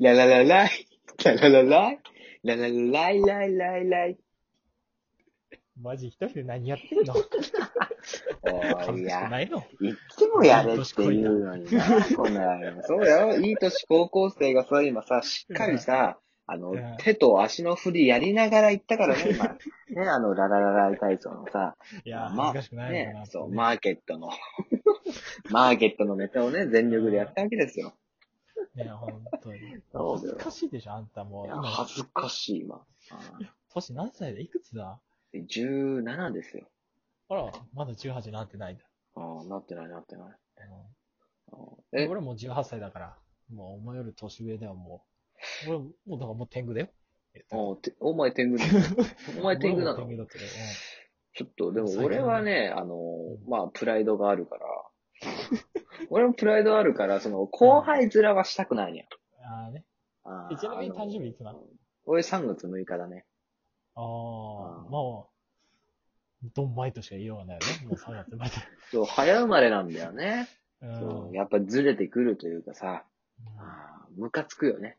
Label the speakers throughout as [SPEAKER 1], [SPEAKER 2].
[SPEAKER 1] ラララライ、ラララライ、ラララライライライライ。
[SPEAKER 2] マジ一人で何やって んの
[SPEAKER 1] お
[SPEAKER 2] 楽
[SPEAKER 1] い
[SPEAKER 2] しく
[SPEAKER 1] や。
[SPEAKER 2] ないの
[SPEAKER 1] いっつもやれって言うのにな、この野郎そうだよ。いい年高校生がそう今さ、しっかりさ、あの
[SPEAKER 2] うん、
[SPEAKER 1] 手と足の振りやりながら行ったからね、今。ね、あの、ラララライ体操のさ、
[SPEAKER 2] いやー、
[SPEAKER 1] まあ
[SPEAKER 2] 恥ずかしくないのか
[SPEAKER 1] ね
[SPEAKER 2] な。、
[SPEAKER 1] そう、マーケットの、マーケットのネタをね、全力でやったわけですよ。
[SPEAKER 2] ね、本当に。
[SPEAKER 1] そう
[SPEAKER 2] 恥
[SPEAKER 1] だ
[SPEAKER 2] ず
[SPEAKER 1] よ
[SPEAKER 2] かしいでしょ、あんたもう。
[SPEAKER 1] いや
[SPEAKER 2] 今
[SPEAKER 1] 恥ずかしい、今。あ
[SPEAKER 2] 年何歳だいくつだ
[SPEAKER 1] ー17ですよ。
[SPEAKER 2] あら、まだ18になってないんだ。
[SPEAKER 1] ああ、なってない、なってない。あー
[SPEAKER 2] うん
[SPEAKER 1] え、
[SPEAKER 2] 俺もう18歳だから、もうお前より年上だよ、も う。俺、もうだからもう天狗だよ。えっと
[SPEAKER 1] おてお前天狗。 お前天狗な
[SPEAKER 2] 俺も
[SPEAKER 1] の
[SPEAKER 2] 天狗だったよ
[SPEAKER 1] ちょっと、でも俺はね、あの、まあ、プライドがあるから、 俺もプライドあるから、その、後輩面はしたくないね
[SPEAKER 2] うんああね。
[SPEAKER 1] あ
[SPEAKER 2] え
[SPEAKER 1] ー
[SPEAKER 2] ちなみに誕生日いつな
[SPEAKER 1] あの俺3月6日だね。
[SPEAKER 2] ああ、
[SPEAKER 1] うん
[SPEAKER 2] もう、ドンマイとしか言いようがないよね。もう3月まで。
[SPEAKER 1] そう、早生まれなんだよね。
[SPEAKER 2] う ん。
[SPEAKER 1] そううんやっぱずれてくるというかさ、あームカつくよね。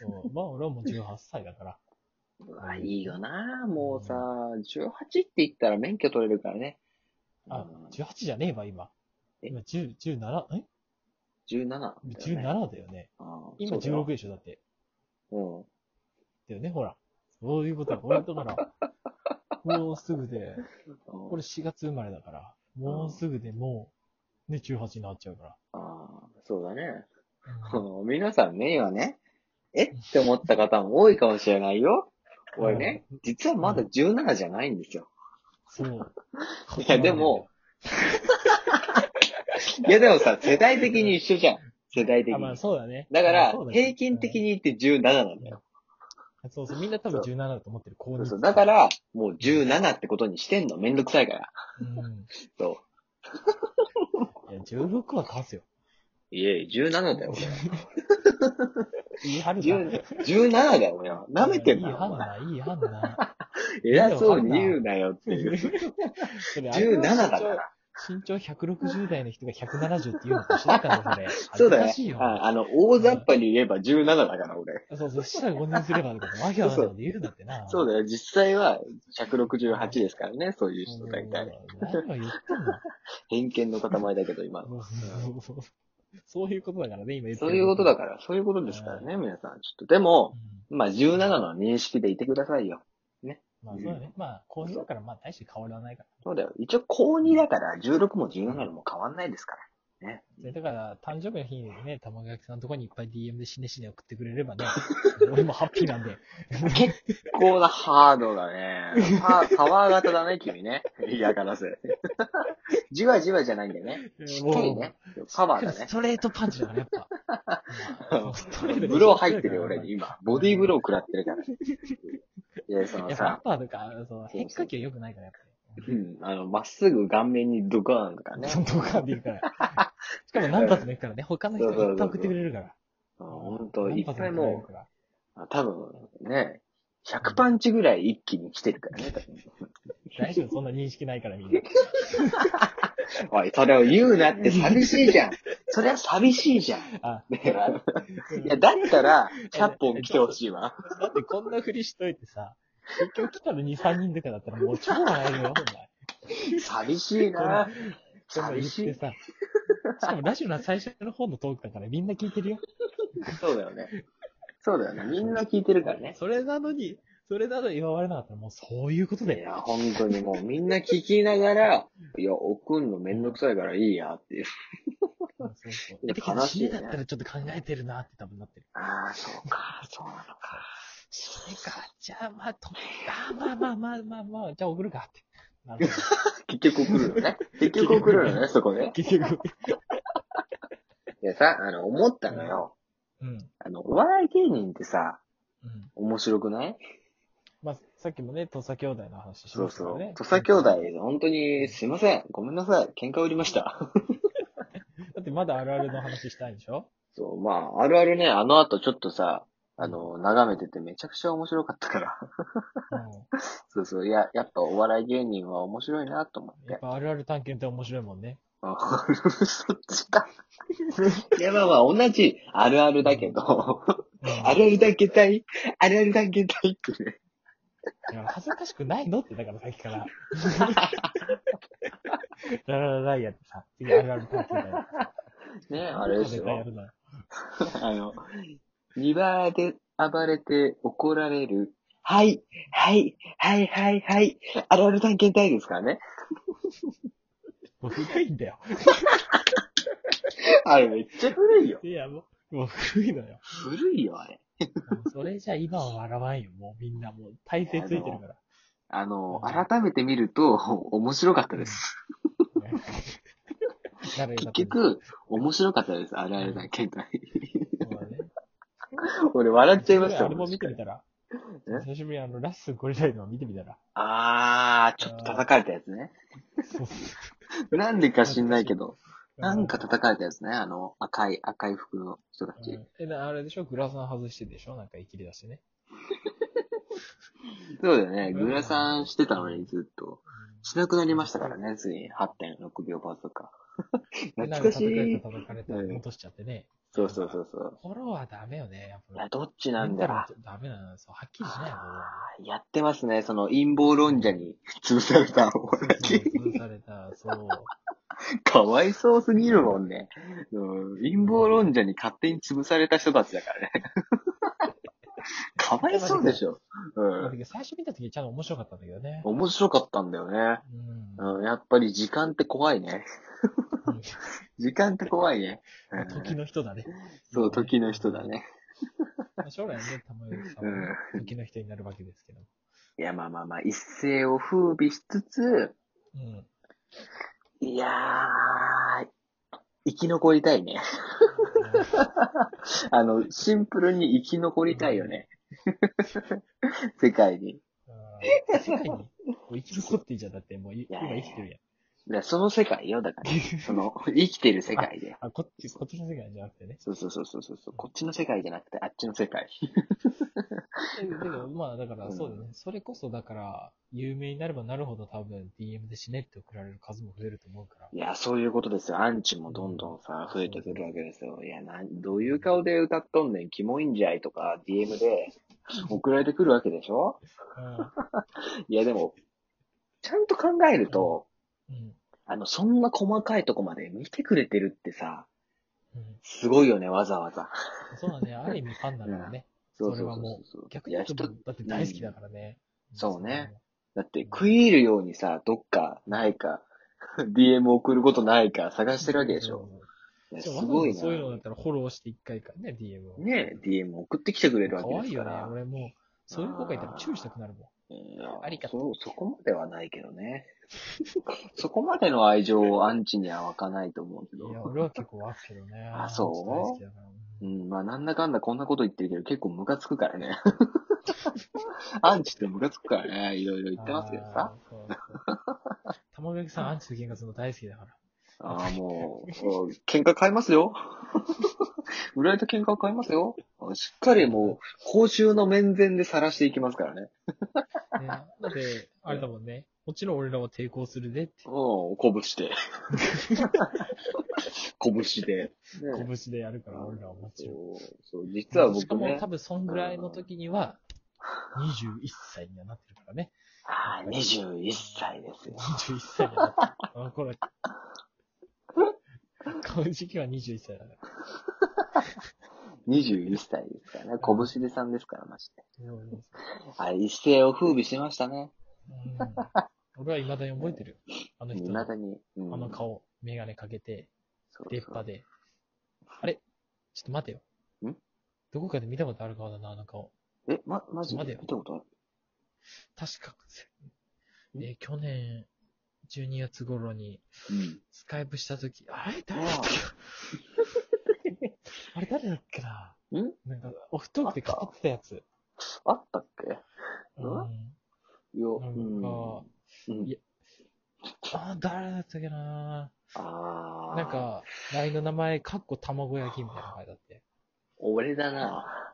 [SPEAKER 2] そう。まあ俺はもう18歳だから。
[SPEAKER 1] うわいいよなもうさ、18って言ったら免許取れるからね。
[SPEAKER 2] あ
[SPEAKER 1] うん、
[SPEAKER 2] 18じゃねえわ、今。
[SPEAKER 1] え
[SPEAKER 2] 今10、17、え
[SPEAKER 1] 17だよね。
[SPEAKER 2] ?17 だよね。
[SPEAKER 1] あー
[SPEAKER 2] 今
[SPEAKER 1] そうだよ
[SPEAKER 2] 16でしょ、だって。
[SPEAKER 1] うん。
[SPEAKER 2] だよね、ほら。そういうことだ。俺だ から、もうすぐで、
[SPEAKER 1] うん
[SPEAKER 2] 俺4月生まれだから、もうすぐでもう、ね、18になっちゃうか
[SPEAKER 1] ああ、そうだね。
[SPEAKER 2] ら。
[SPEAKER 1] 皆さんね、今ね、えって思った方も多いかもしれないよ。俺ね、実はまだ17じゃないんですよ。
[SPEAKER 2] そう。
[SPEAKER 1] いやでも、いやでもさ、世代的に一緒じゃん。世代的
[SPEAKER 2] あ、まあ
[SPEAKER 1] に。
[SPEAKER 2] そうだね。
[SPEAKER 1] だから
[SPEAKER 2] そう、だね
[SPEAKER 1] 平均的。に言って17なんだよ。
[SPEAKER 2] うんそうそう、みんな多分17だと思ってる。高
[SPEAKER 1] そう
[SPEAKER 2] 認
[SPEAKER 1] そう。だか、ら、もう17ってことにしてんの。めんどくさいから。
[SPEAKER 2] うん。
[SPEAKER 1] そ
[SPEAKER 2] いや、16は勝つ よ。
[SPEAKER 1] う。いえ、17だよ、俺は。
[SPEAKER 2] いい判断。
[SPEAKER 1] 10 17だよ、俺は。舐めてん
[SPEAKER 2] いい
[SPEAKER 1] だ
[SPEAKER 2] 判断、いい判断。
[SPEAKER 1] 偉そうに言うなよっていう。17だから。
[SPEAKER 2] 身長160代の人が170って言うのと一緒だからね、それ。
[SPEAKER 1] そうだ
[SPEAKER 2] 恥ずか
[SPEAKER 1] ね
[SPEAKER 2] しい。よ。
[SPEAKER 1] ああの、大雑把に言えば17だから、俺。
[SPEAKER 2] そうそう、したら5年すれば、わけわかんないこと言うなってな。
[SPEAKER 1] そうだよ。実際は168ですからね、そういう人大体。
[SPEAKER 2] 何を言ってんの
[SPEAKER 1] 偏見の塊だけど、今。
[SPEAKER 2] そうそうそうそういうことだからね、今言って
[SPEAKER 1] そ
[SPEAKER 2] る
[SPEAKER 1] ういうことだから、そういうことですからね、皆さん。ちょっと、でも、
[SPEAKER 2] うん
[SPEAKER 1] まあ、17の認識でいてくださいよ。
[SPEAKER 2] まあそうだね。まあ、こういうのから、まあ大して変わらないか
[SPEAKER 1] そうだよ。一応、高2だから、16も17も変わんないですから。ね。
[SPEAKER 2] ら。だから、誕生日の日にね、玉垣さんのとこにいっぱい DM で死ね死ね送ってくれれば ね、俺もハッピーなんで。
[SPEAKER 1] 結構なハードだね。パパワー型だね、君ね。嫌がらせ。じわじわじゃないんだよね。 しっかりね。パワーだね
[SPEAKER 2] ス。トレートパンチだから、やっぱ。 ストレートで
[SPEAKER 1] ブロー入ってるよ、俺に今。ボディーブロー食らってるから。いや、そ
[SPEAKER 2] や
[SPEAKER 1] の
[SPEAKER 2] っぱアッ
[SPEAKER 1] さ、
[SPEAKER 2] パーとか、そう変化球良くないから、やっぱり。
[SPEAKER 1] うん、あの、まっすぐ顔面にドカーンとかね。
[SPEAKER 2] ドカンでいいから。 しかも何発もいくからね、他の人がいっぱい送ってくれるから。
[SPEAKER 1] 本当い
[SPEAKER 2] 何
[SPEAKER 1] っ
[SPEAKER 2] 発
[SPEAKER 1] ぱい
[SPEAKER 2] も送っ
[SPEAKER 1] も
[SPEAKER 2] てくれるから
[SPEAKER 1] う、多分ね、100パンチぐらい一気に来てるからね。多分
[SPEAKER 2] 大丈夫、そんな認識ないか らみんな。
[SPEAKER 1] おい、それを言うなって寂しいじゃん。そりゃ寂しいじゃん。
[SPEAKER 2] あ、
[SPEAKER 1] ねいや、だったら、100本来てほしいわ。
[SPEAKER 2] だって こんなふりしといてさ、結局来たの2、3人とかだったらもう超笑えるよ、
[SPEAKER 1] 寂しいな
[SPEAKER 2] お前。
[SPEAKER 1] 寂
[SPEAKER 2] そん
[SPEAKER 1] し
[SPEAKER 2] ない言っ。てさ。しかもラジオの最初の方のトークだからみんな聞いてるよ。
[SPEAKER 1] そうだよね。そうだよね。みんな聞いてるからね。
[SPEAKER 2] それなのに、それなのに言われなかったらもうそういうこと
[SPEAKER 1] い
[SPEAKER 2] で。
[SPEAKER 1] や、本当にもうみんな聞きながら、いや、送んのめんどくさいからいいやっていう。
[SPEAKER 2] そうそう
[SPEAKER 1] いや
[SPEAKER 2] だけど
[SPEAKER 1] 悲しいね
[SPEAKER 2] 死ねだったらちょっと考えてるなって多分なってる。
[SPEAKER 1] ああ、そうか、そうなのか。
[SPEAKER 2] 死ねか。じゃあまあ、とあまあまあまあまあまあ、じゃあ送る かって。なるほ
[SPEAKER 1] 結局送るの ね。結局送るのね、そこ
[SPEAKER 2] ど。
[SPEAKER 1] ね。
[SPEAKER 2] 結局。
[SPEAKER 1] でさ、あの、思ったのよ。
[SPEAKER 2] うん。
[SPEAKER 1] あの、お笑い芸人ってさ、
[SPEAKER 2] うん。
[SPEAKER 1] 面白くない
[SPEAKER 2] まあ、さっきもね、土佐兄弟の話し
[SPEAKER 1] そ
[SPEAKER 2] ま
[SPEAKER 1] う
[SPEAKER 2] した
[SPEAKER 1] そ
[SPEAKER 2] よね。
[SPEAKER 1] う。土佐兄弟、本当にすいません。ごめんなさい。喧嘩売りました。
[SPEAKER 2] だってまだあるあるの話したいんでしょ
[SPEAKER 1] そう、まあ、あるあるね、あの後ちょっとさ、あの、眺めててめちゃくちゃ面白かったから。
[SPEAKER 2] う
[SPEAKER 1] そうそう。いや、やっぱお笑い芸人は面白いなと思っ。
[SPEAKER 2] ん。やってぱあるある探検って面白いもんね。
[SPEAKER 1] あ、そっちか。いや、まあまあ、同じあるあるだけど、
[SPEAKER 2] うん
[SPEAKER 1] あるあるだけたい、あるあるだけたいってね。
[SPEAKER 2] いや恥ずかしくないのって、だからさっきから。 ラララライアってさ、次あるあるパーティーだよ。
[SPEAKER 1] ねあれです
[SPEAKER 2] 絶対や
[SPEAKER 1] よ。
[SPEAKER 2] るな。
[SPEAKER 1] あの、庭で暴れて怒られる。はい、はい、はい、はい、はい。あるある探検隊ですからね。
[SPEAKER 2] もう古いんだよ。
[SPEAKER 1] あれめっちゃ古いよ。
[SPEAKER 2] いや、もう、もう古いのよ。
[SPEAKER 1] 古いよ、あれ。
[SPEAKER 2] もうそれじゃ今は笑わんよ。もうみんなもう体勢ついてるから。
[SPEAKER 1] あの、改めて見ると、面白かったです。
[SPEAKER 2] 誰
[SPEAKER 1] 結、局、面白かったです、あるある探検隊。
[SPEAKER 2] そうだね。
[SPEAKER 1] 俺笑っちゃいまし
[SPEAKER 2] あ
[SPEAKER 1] た
[SPEAKER 2] れ
[SPEAKER 1] も
[SPEAKER 2] も
[SPEAKER 1] ん
[SPEAKER 2] 見。てみたら。
[SPEAKER 1] え
[SPEAKER 2] 久しぶりにあの、ラッスンゴリライのを見てみたら。
[SPEAKER 1] あー、ちょっと叩かれたやつね。
[SPEAKER 2] そうっす
[SPEAKER 1] なんでか知んないけど、なんか、叩かれたやつね。あの、赤い、赤い服の人た
[SPEAKER 2] う
[SPEAKER 1] ち。
[SPEAKER 2] んえ、なあれでしょグラサン外してでしょなんか生きり出してね。
[SPEAKER 1] そうだよね。グラサンしてたのにずっと。しなくなりましたからね、ついに8.6秒パーとか。
[SPEAKER 2] うん
[SPEAKER 1] 懐かし
[SPEAKER 2] でなん
[SPEAKER 1] い。
[SPEAKER 2] か叩かれた、叩かれ
[SPEAKER 1] うん
[SPEAKER 2] た、落としちゃってね。
[SPEAKER 1] そうそうそうそう。
[SPEAKER 2] フォローはダメよね、やっ
[SPEAKER 1] あ
[SPEAKER 2] ぱ。
[SPEAKER 1] どっちなん
[SPEAKER 2] メンタル
[SPEAKER 1] だ
[SPEAKER 2] はダメなのそう、はっきりしないよ、
[SPEAKER 1] やってますね、その陰謀論者に 潰されたお
[SPEAKER 2] フォローは
[SPEAKER 1] 笑
[SPEAKER 2] そう
[SPEAKER 1] い。
[SPEAKER 2] そう潰された、そう。
[SPEAKER 1] かわいそうすぎるもんね。うん、陰謀論者に勝手に潰された人たちだからね。かわいそうでしょ。
[SPEAKER 2] だ
[SPEAKER 1] うん。
[SPEAKER 2] けど最初見た時ちゃんと面白かったんだけどね。
[SPEAKER 1] 面白かったんだよね。
[SPEAKER 2] うん。
[SPEAKER 1] うん、やっぱり時間って怖いね。時間って怖いね。うん
[SPEAKER 2] 時の人だね。
[SPEAKER 1] そう、時の人だ。ね。
[SPEAKER 2] まあ将来ね、玉井さんは時の人になるわけですけど。
[SPEAKER 1] いや、まあまあまあ、一世を風靡しつつ、
[SPEAKER 2] うん。
[SPEAKER 1] いやー、生き残りたいね。あの、シンプルに生き残りたいよね。 世界に。
[SPEAKER 2] うん世界にもう生き残っていいじゃん。だってもうい
[SPEAKER 1] や
[SPEAKER 2] 今
[SPEAKER 1] いやいや
[SPEAKER 2] 生きてるやん。
[SPEAKER 1] だからその世界よ、だから。そ の、生きてる世界で。
[SPEAKER 2] あ、こっち、こっちの世界じゃなくてね。
[SPEAKER 1] そうそうそうそうそう。こっちの世界じゃなくて、あっちの世界。
[SPEAKER 2] ででもまあだから
[SPEAKER 1] うん
[SPEAKER 2] そうだね。それこそだから、有名になればなるほど多分 DM で死ねって送られる数も増えると思うから。
[SPEAKER 1] いや、そういうことですよ。アンチもどんどんさ、増えてくるわけですよ。いや、なん、どういう顔で歌っとんねん、キモいんじゃいとか、DM で送られてくるわけでしょいや、でも、ちゃんと考えると、
[SPEAKER 2] うん。うん。
[SPEAKER 1] あの、そんな細かいとこまで見てくれてるってさ、
[SPEAKER 2] うん。
[SPEAKER 1] すごいよね、わざわざ。
[SPEAKER 2] そう だね。ある意味ファンなんだよね。
[SPEAKER 1] そう
[SPEAKER 2] そ
[SPEAKER 1] そ
[SPEAKER 2] れ
[SPEAKER 1] う
[SPEAKER 2] は
[SPEAKER 1] そ
[SPEAKER 2] も
[SPEAKER 1] うそう。
[SPEAKER 2] 逆
[SPEAKER 1] い
[SPEAKER 2] に
[SPEAKER 1] や、
[SPEAKER 2] 言うと
[SPEAKER 1] 人、
[SPEAKER 2] だって大好きだからね。
[SPEAKER 1] そうね。だって食い入るようにさ、どっかないか、DM 送ることないか探してるわけでしょ。いや
[SPEAKER 2] しか
[SPEAKER 1] す
[SPEAKER 2] も
[SPEAKER 1] ごい
[SPEAKER 2] わざわざそういうのだ
[SPEAKER 1] な。
[SPEAKER 2] ったらフォローして一回かね、DM を。
[SPEAKER 1] ねえ、DM 送ってきてくれるわ
[SPEAKER 2] か
[SPEAKER 1] け
[SPEAKER 2] わ
[SPEAKER 1] で
[SPEAKER 2] いい
[SPEAKER 1] す
[SPEAKER 2] よ
[SPEAKER 1] か
[SPEAKER 2] ね。
[SPEAKER 1] ら。
[SPEAKER 2] 俺もう、そういう子がいたら注意したくなるもん。
[SPEAKER 1] いや
[SPEAKER 2] ありがと
[SPEAKER 1] そうそこまではないけどね。 そこまでの愛情をアンチには湧かないと思うけ
[SPEAKER 2] いや、
[SPEAKER 1] ど。
[SPEAKER 2] 俺は結構湧くけどね。
[SPEAKER 1] あそう
[SPEAKER 2] ちょっと大好きだから
[SPEAKER 1] うん、まあなんだかんだこんなこと言ってるけど結構ムカつくから ね。アンチってムカつくからね、いろいろ言ってますけどさ。。
[SPEAKER 2] あーそうそう玉垣さん、アンチと喧嘩するの大好きだから。
[SPEAKER 1] ああ、もう、もう喧嘩買いますよ。 売られた喧嘩を買いますよ。しっかりもう、公衆の面前で晒していきますからね。
[SPEAKER 2] ねだって、あれだもんね。もちろん俺らは抵抗するでって。
[SPEAKER 1] うん、 拳で。拳で。ね
[SPEAKER 2] 拳でやるから、俺らはもち
[SPEAKER 1] そ
[SPEAKER 2] ろん。
[SPEAKER 1] うそう、実は
[SPEAKER 2] しか
[SPEAKER 1] 僕
[SPEAKER 2] も
[SPEAKER 1] ね
[SPEAKER 2] 多、分そんぐらいの時には、21歳にはなってるからね。
[SPEAKER 1] ああ、21歳ですよ。
[SPEAKER 2] 21歳になった。あ の頃。この時期は21歳だから。
[SPEAKER 1] 21歳ですからね。拳でさんですから、マジで。
[SPEAKER 2] うん
[SPEAKER 1] あれ、一世を風靡しましたね。
[SPEAKER 2] 俺は未だに覚えてるよ。あの人
[SPEAKER 1] 未
[SPEAKER 2] の、
[SPEAKER 1] だに。う
[SPEAKER 2] あの顔、メガネかけて、
[SPEAKER 1] そう
[SPEAKER 2] 出っ
[SPEAKER 1] そう
[SPEAKER 2] 歯で。あれちょっと待てよ。
[SPEAKER 1] ん
[SPEAKER 2] どこかで見たことある顔だな、あの顔。
[SPEAKER 1] え、ま、マジ
[SPEAKER 2] まだ
[SPEAKER 1] で
[SPEAKER 2] よ
[SPEAKER 1] 見たことある
[SPEAKER 2] 確か、えー去年、12月頃に、
[SPEAKER 1] うん。
[SPEAKER 2] スカイプしたとき、あれ誰だったっけ あれ誰だっけなんなんか、オフトークで語ってたやつ。
[SPEAKER 1] あったっけ
[SPEAKER 2] うん
[SPEAKER 1] ん。いや、
[SPEAKER 2] な
[SPEAKER 1] うん
[SPEAKER 2] か
[SPEAKER 1] ん。、うん
[SPEAKER 2] いやあー、誰だったっけな
[SPEAKER 1] ああ。
[SPEAKER 2] なん、か、LINE の名前、かっこ卵焼きみたいな名前だって。
[SPEAKER 1] 俺だ な。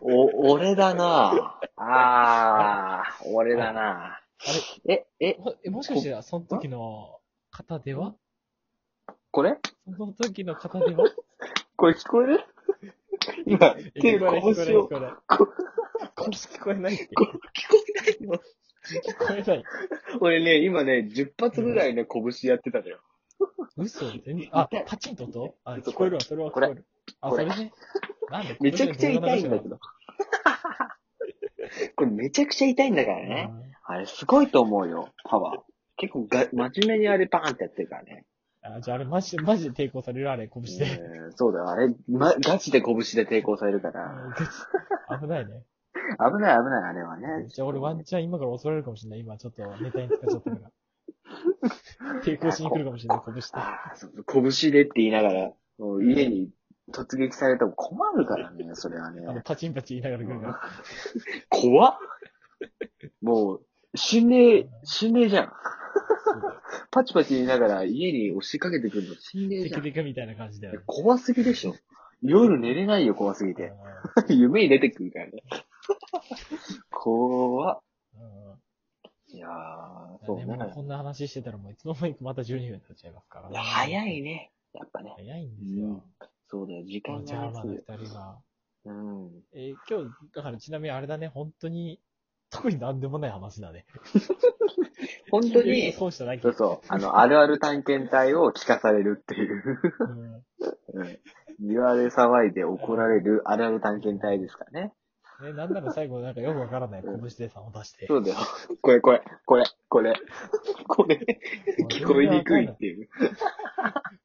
[SPEAKER 1] お、俺だな。ああ、俺だな。
[SPEAKER 2] あ
[SPEAKER 1] え、え
[SPEAKER 2] れ、、もえもしかして、その時の方では
[SPEAKER 1] これ
[SPEAKER 2] その時の方では
[SPEAKER 1] これ聞こえ る今、手
[SPEAKER 2] 聞こえない、
[SPEAKER 1] 拳を
[SPEAKER 2] 聞こえない、
[SPEAKER 1] こ
[SPEAKER 2] こ聞こえないって。
[SPEAKER 1] こ聞こえないの
[SPEAKER 2] 聞こえない。
[SPEAKER 1] 俺ね、今ね、10発ぐらいね、拳やってたのよ。
[SPEAKER 2] 嘘全然あ、パチンと音あ、聞こえるわ、それは聞こえる。あ、
[SPEAKER 1] こ
[SPEAKER 2] そ
[SPEAKER 1] れ
[SPEAKER 2] れね。なんで
[SPEAKER 1] めちゃくちゃ痛いんだけど。これめちゃくちゃ痛いんだからね。
[SPEAKER 2] ね。
[SPEAKER 1] あれすごいと思うよ、パワー。結構が、真面目にあれバーンってやってるからね。
[SPEAKER 2] あ、じゃああれマジで、マジで抵抗されるあれ、拳で。
[SPEAKER 1] うんそうだよ、あれ、ま、ガチで拳で抵抗される から。
[SPEAKER 2] 危ないね。
[SPEAKER 1] 危ない危ない、あれはね。
[SPEAKER 2] じゃあ俺ワンチャン今から襲われるかもしれない。今ちょっとネタに使っちゃっ たから。抵抗しに来るかもしれない、拳で。
[SPEAKER 1] ああ、そうそう、拳でって言いながら、もう家に突撃されても困るからね、それは
[SPEAKER 2] あの、
[SPEAKER 1] ね。
[SPEAKER 2] パチンパチン言いながら来るから。
[SPEAKER 1] 怖っもう、死んねえ、死んねえじゃん。パチパチ言いながら家に押しかけてくるの死んねえ
[SPEAKER 2] テ
[SPEAKER 1] じゃ
[SPEAKER 2] ク
[SPEAKER 1] ん。い
[SPEAKER 2] テクみたいな感じだよ
[SPEAKER 1] や
[SPEAKER 2] ね。
[SPEAKER 1] 怖すぎでしょ。夜寝れないよ、怖すぎて。 夢に出てくるからね。怖っ。
[SPEAKER 2] うんうん
[SPEAKER 1] いやー、そう
[SPEAKER 2] で
[SPEAKER 1] ね。
[SPEAKER 2] もこんな話してたらもういつの間にかまた12分になっちゃいますから
[SPEAKER 1] い
[SPEAKER 2] ね。
[SPEAKER 1] や早いね。やっぱね。
[SPEAKER 2] 早いんですよ。
[SPEAKER 1] そうだよ、時
[SPEAKER 2] こ
[SPEAKER 1] 間
[SPEAKER 2] のジャ
[SPEAKER 1] が
[SPEAKER 2] ーマンの
[SPEAKER 1] ね。
[SPEAKER 2] 二人が。
[SPEAKER 1] うん。
[SPEAKER 2] えー今日、だからちなみにあれだね、本当に、特になんでもない話だね。
[SPEAKER 1] 本当に、
[SPEAKER 2] そうしただけ。
[SPEAKER 1] そうそう。あの、あるある探検隊を聞かされるっていう。
[SPEAKER 2] う
[SPEAKER 1] う
[SPEAKER 2] ん
[SPEAKER 1] ん言われ騒いで怒られるあるある探検隊ですからね。
[SPEAKER 2] ね、なんなら最後なんかよくわからない拳でさを出して。
[SPEAKER 1] そうだよ。これこれ、これ、これ、 これ、聞こえにくいっていう。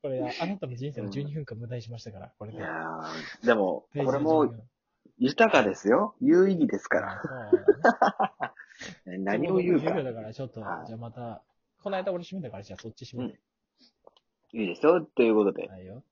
[SPEAKER 2] これ、あなたの人生の12分間無駄にしましたから、これ
[SPEAKER 1] い
[SPEAKER 2] で。
[SPEAKER 1] やー、でも、
[SPEAKER 2] ページ
[SPEAKER 1] これ
[SPEAKER 2] の12
[SPEAKER 1] も
[SPEAKER 2] 分
[SPEAKER 1] 豊かですよ。有意義ですから。
[SPEAKER 2] そうだね
[SPEAKER 1] 何を言うか。
[SPEAKER 2] 10秒だからちょっと、じ
[SPEAKER 1] はい
[SPEAKER 2] ゃあまた、この間俺閉めたから、じゃあそっち閉めて。
[SPEAKER 1] いいですよ。ということで。
[SPEAKER 2] はいよ。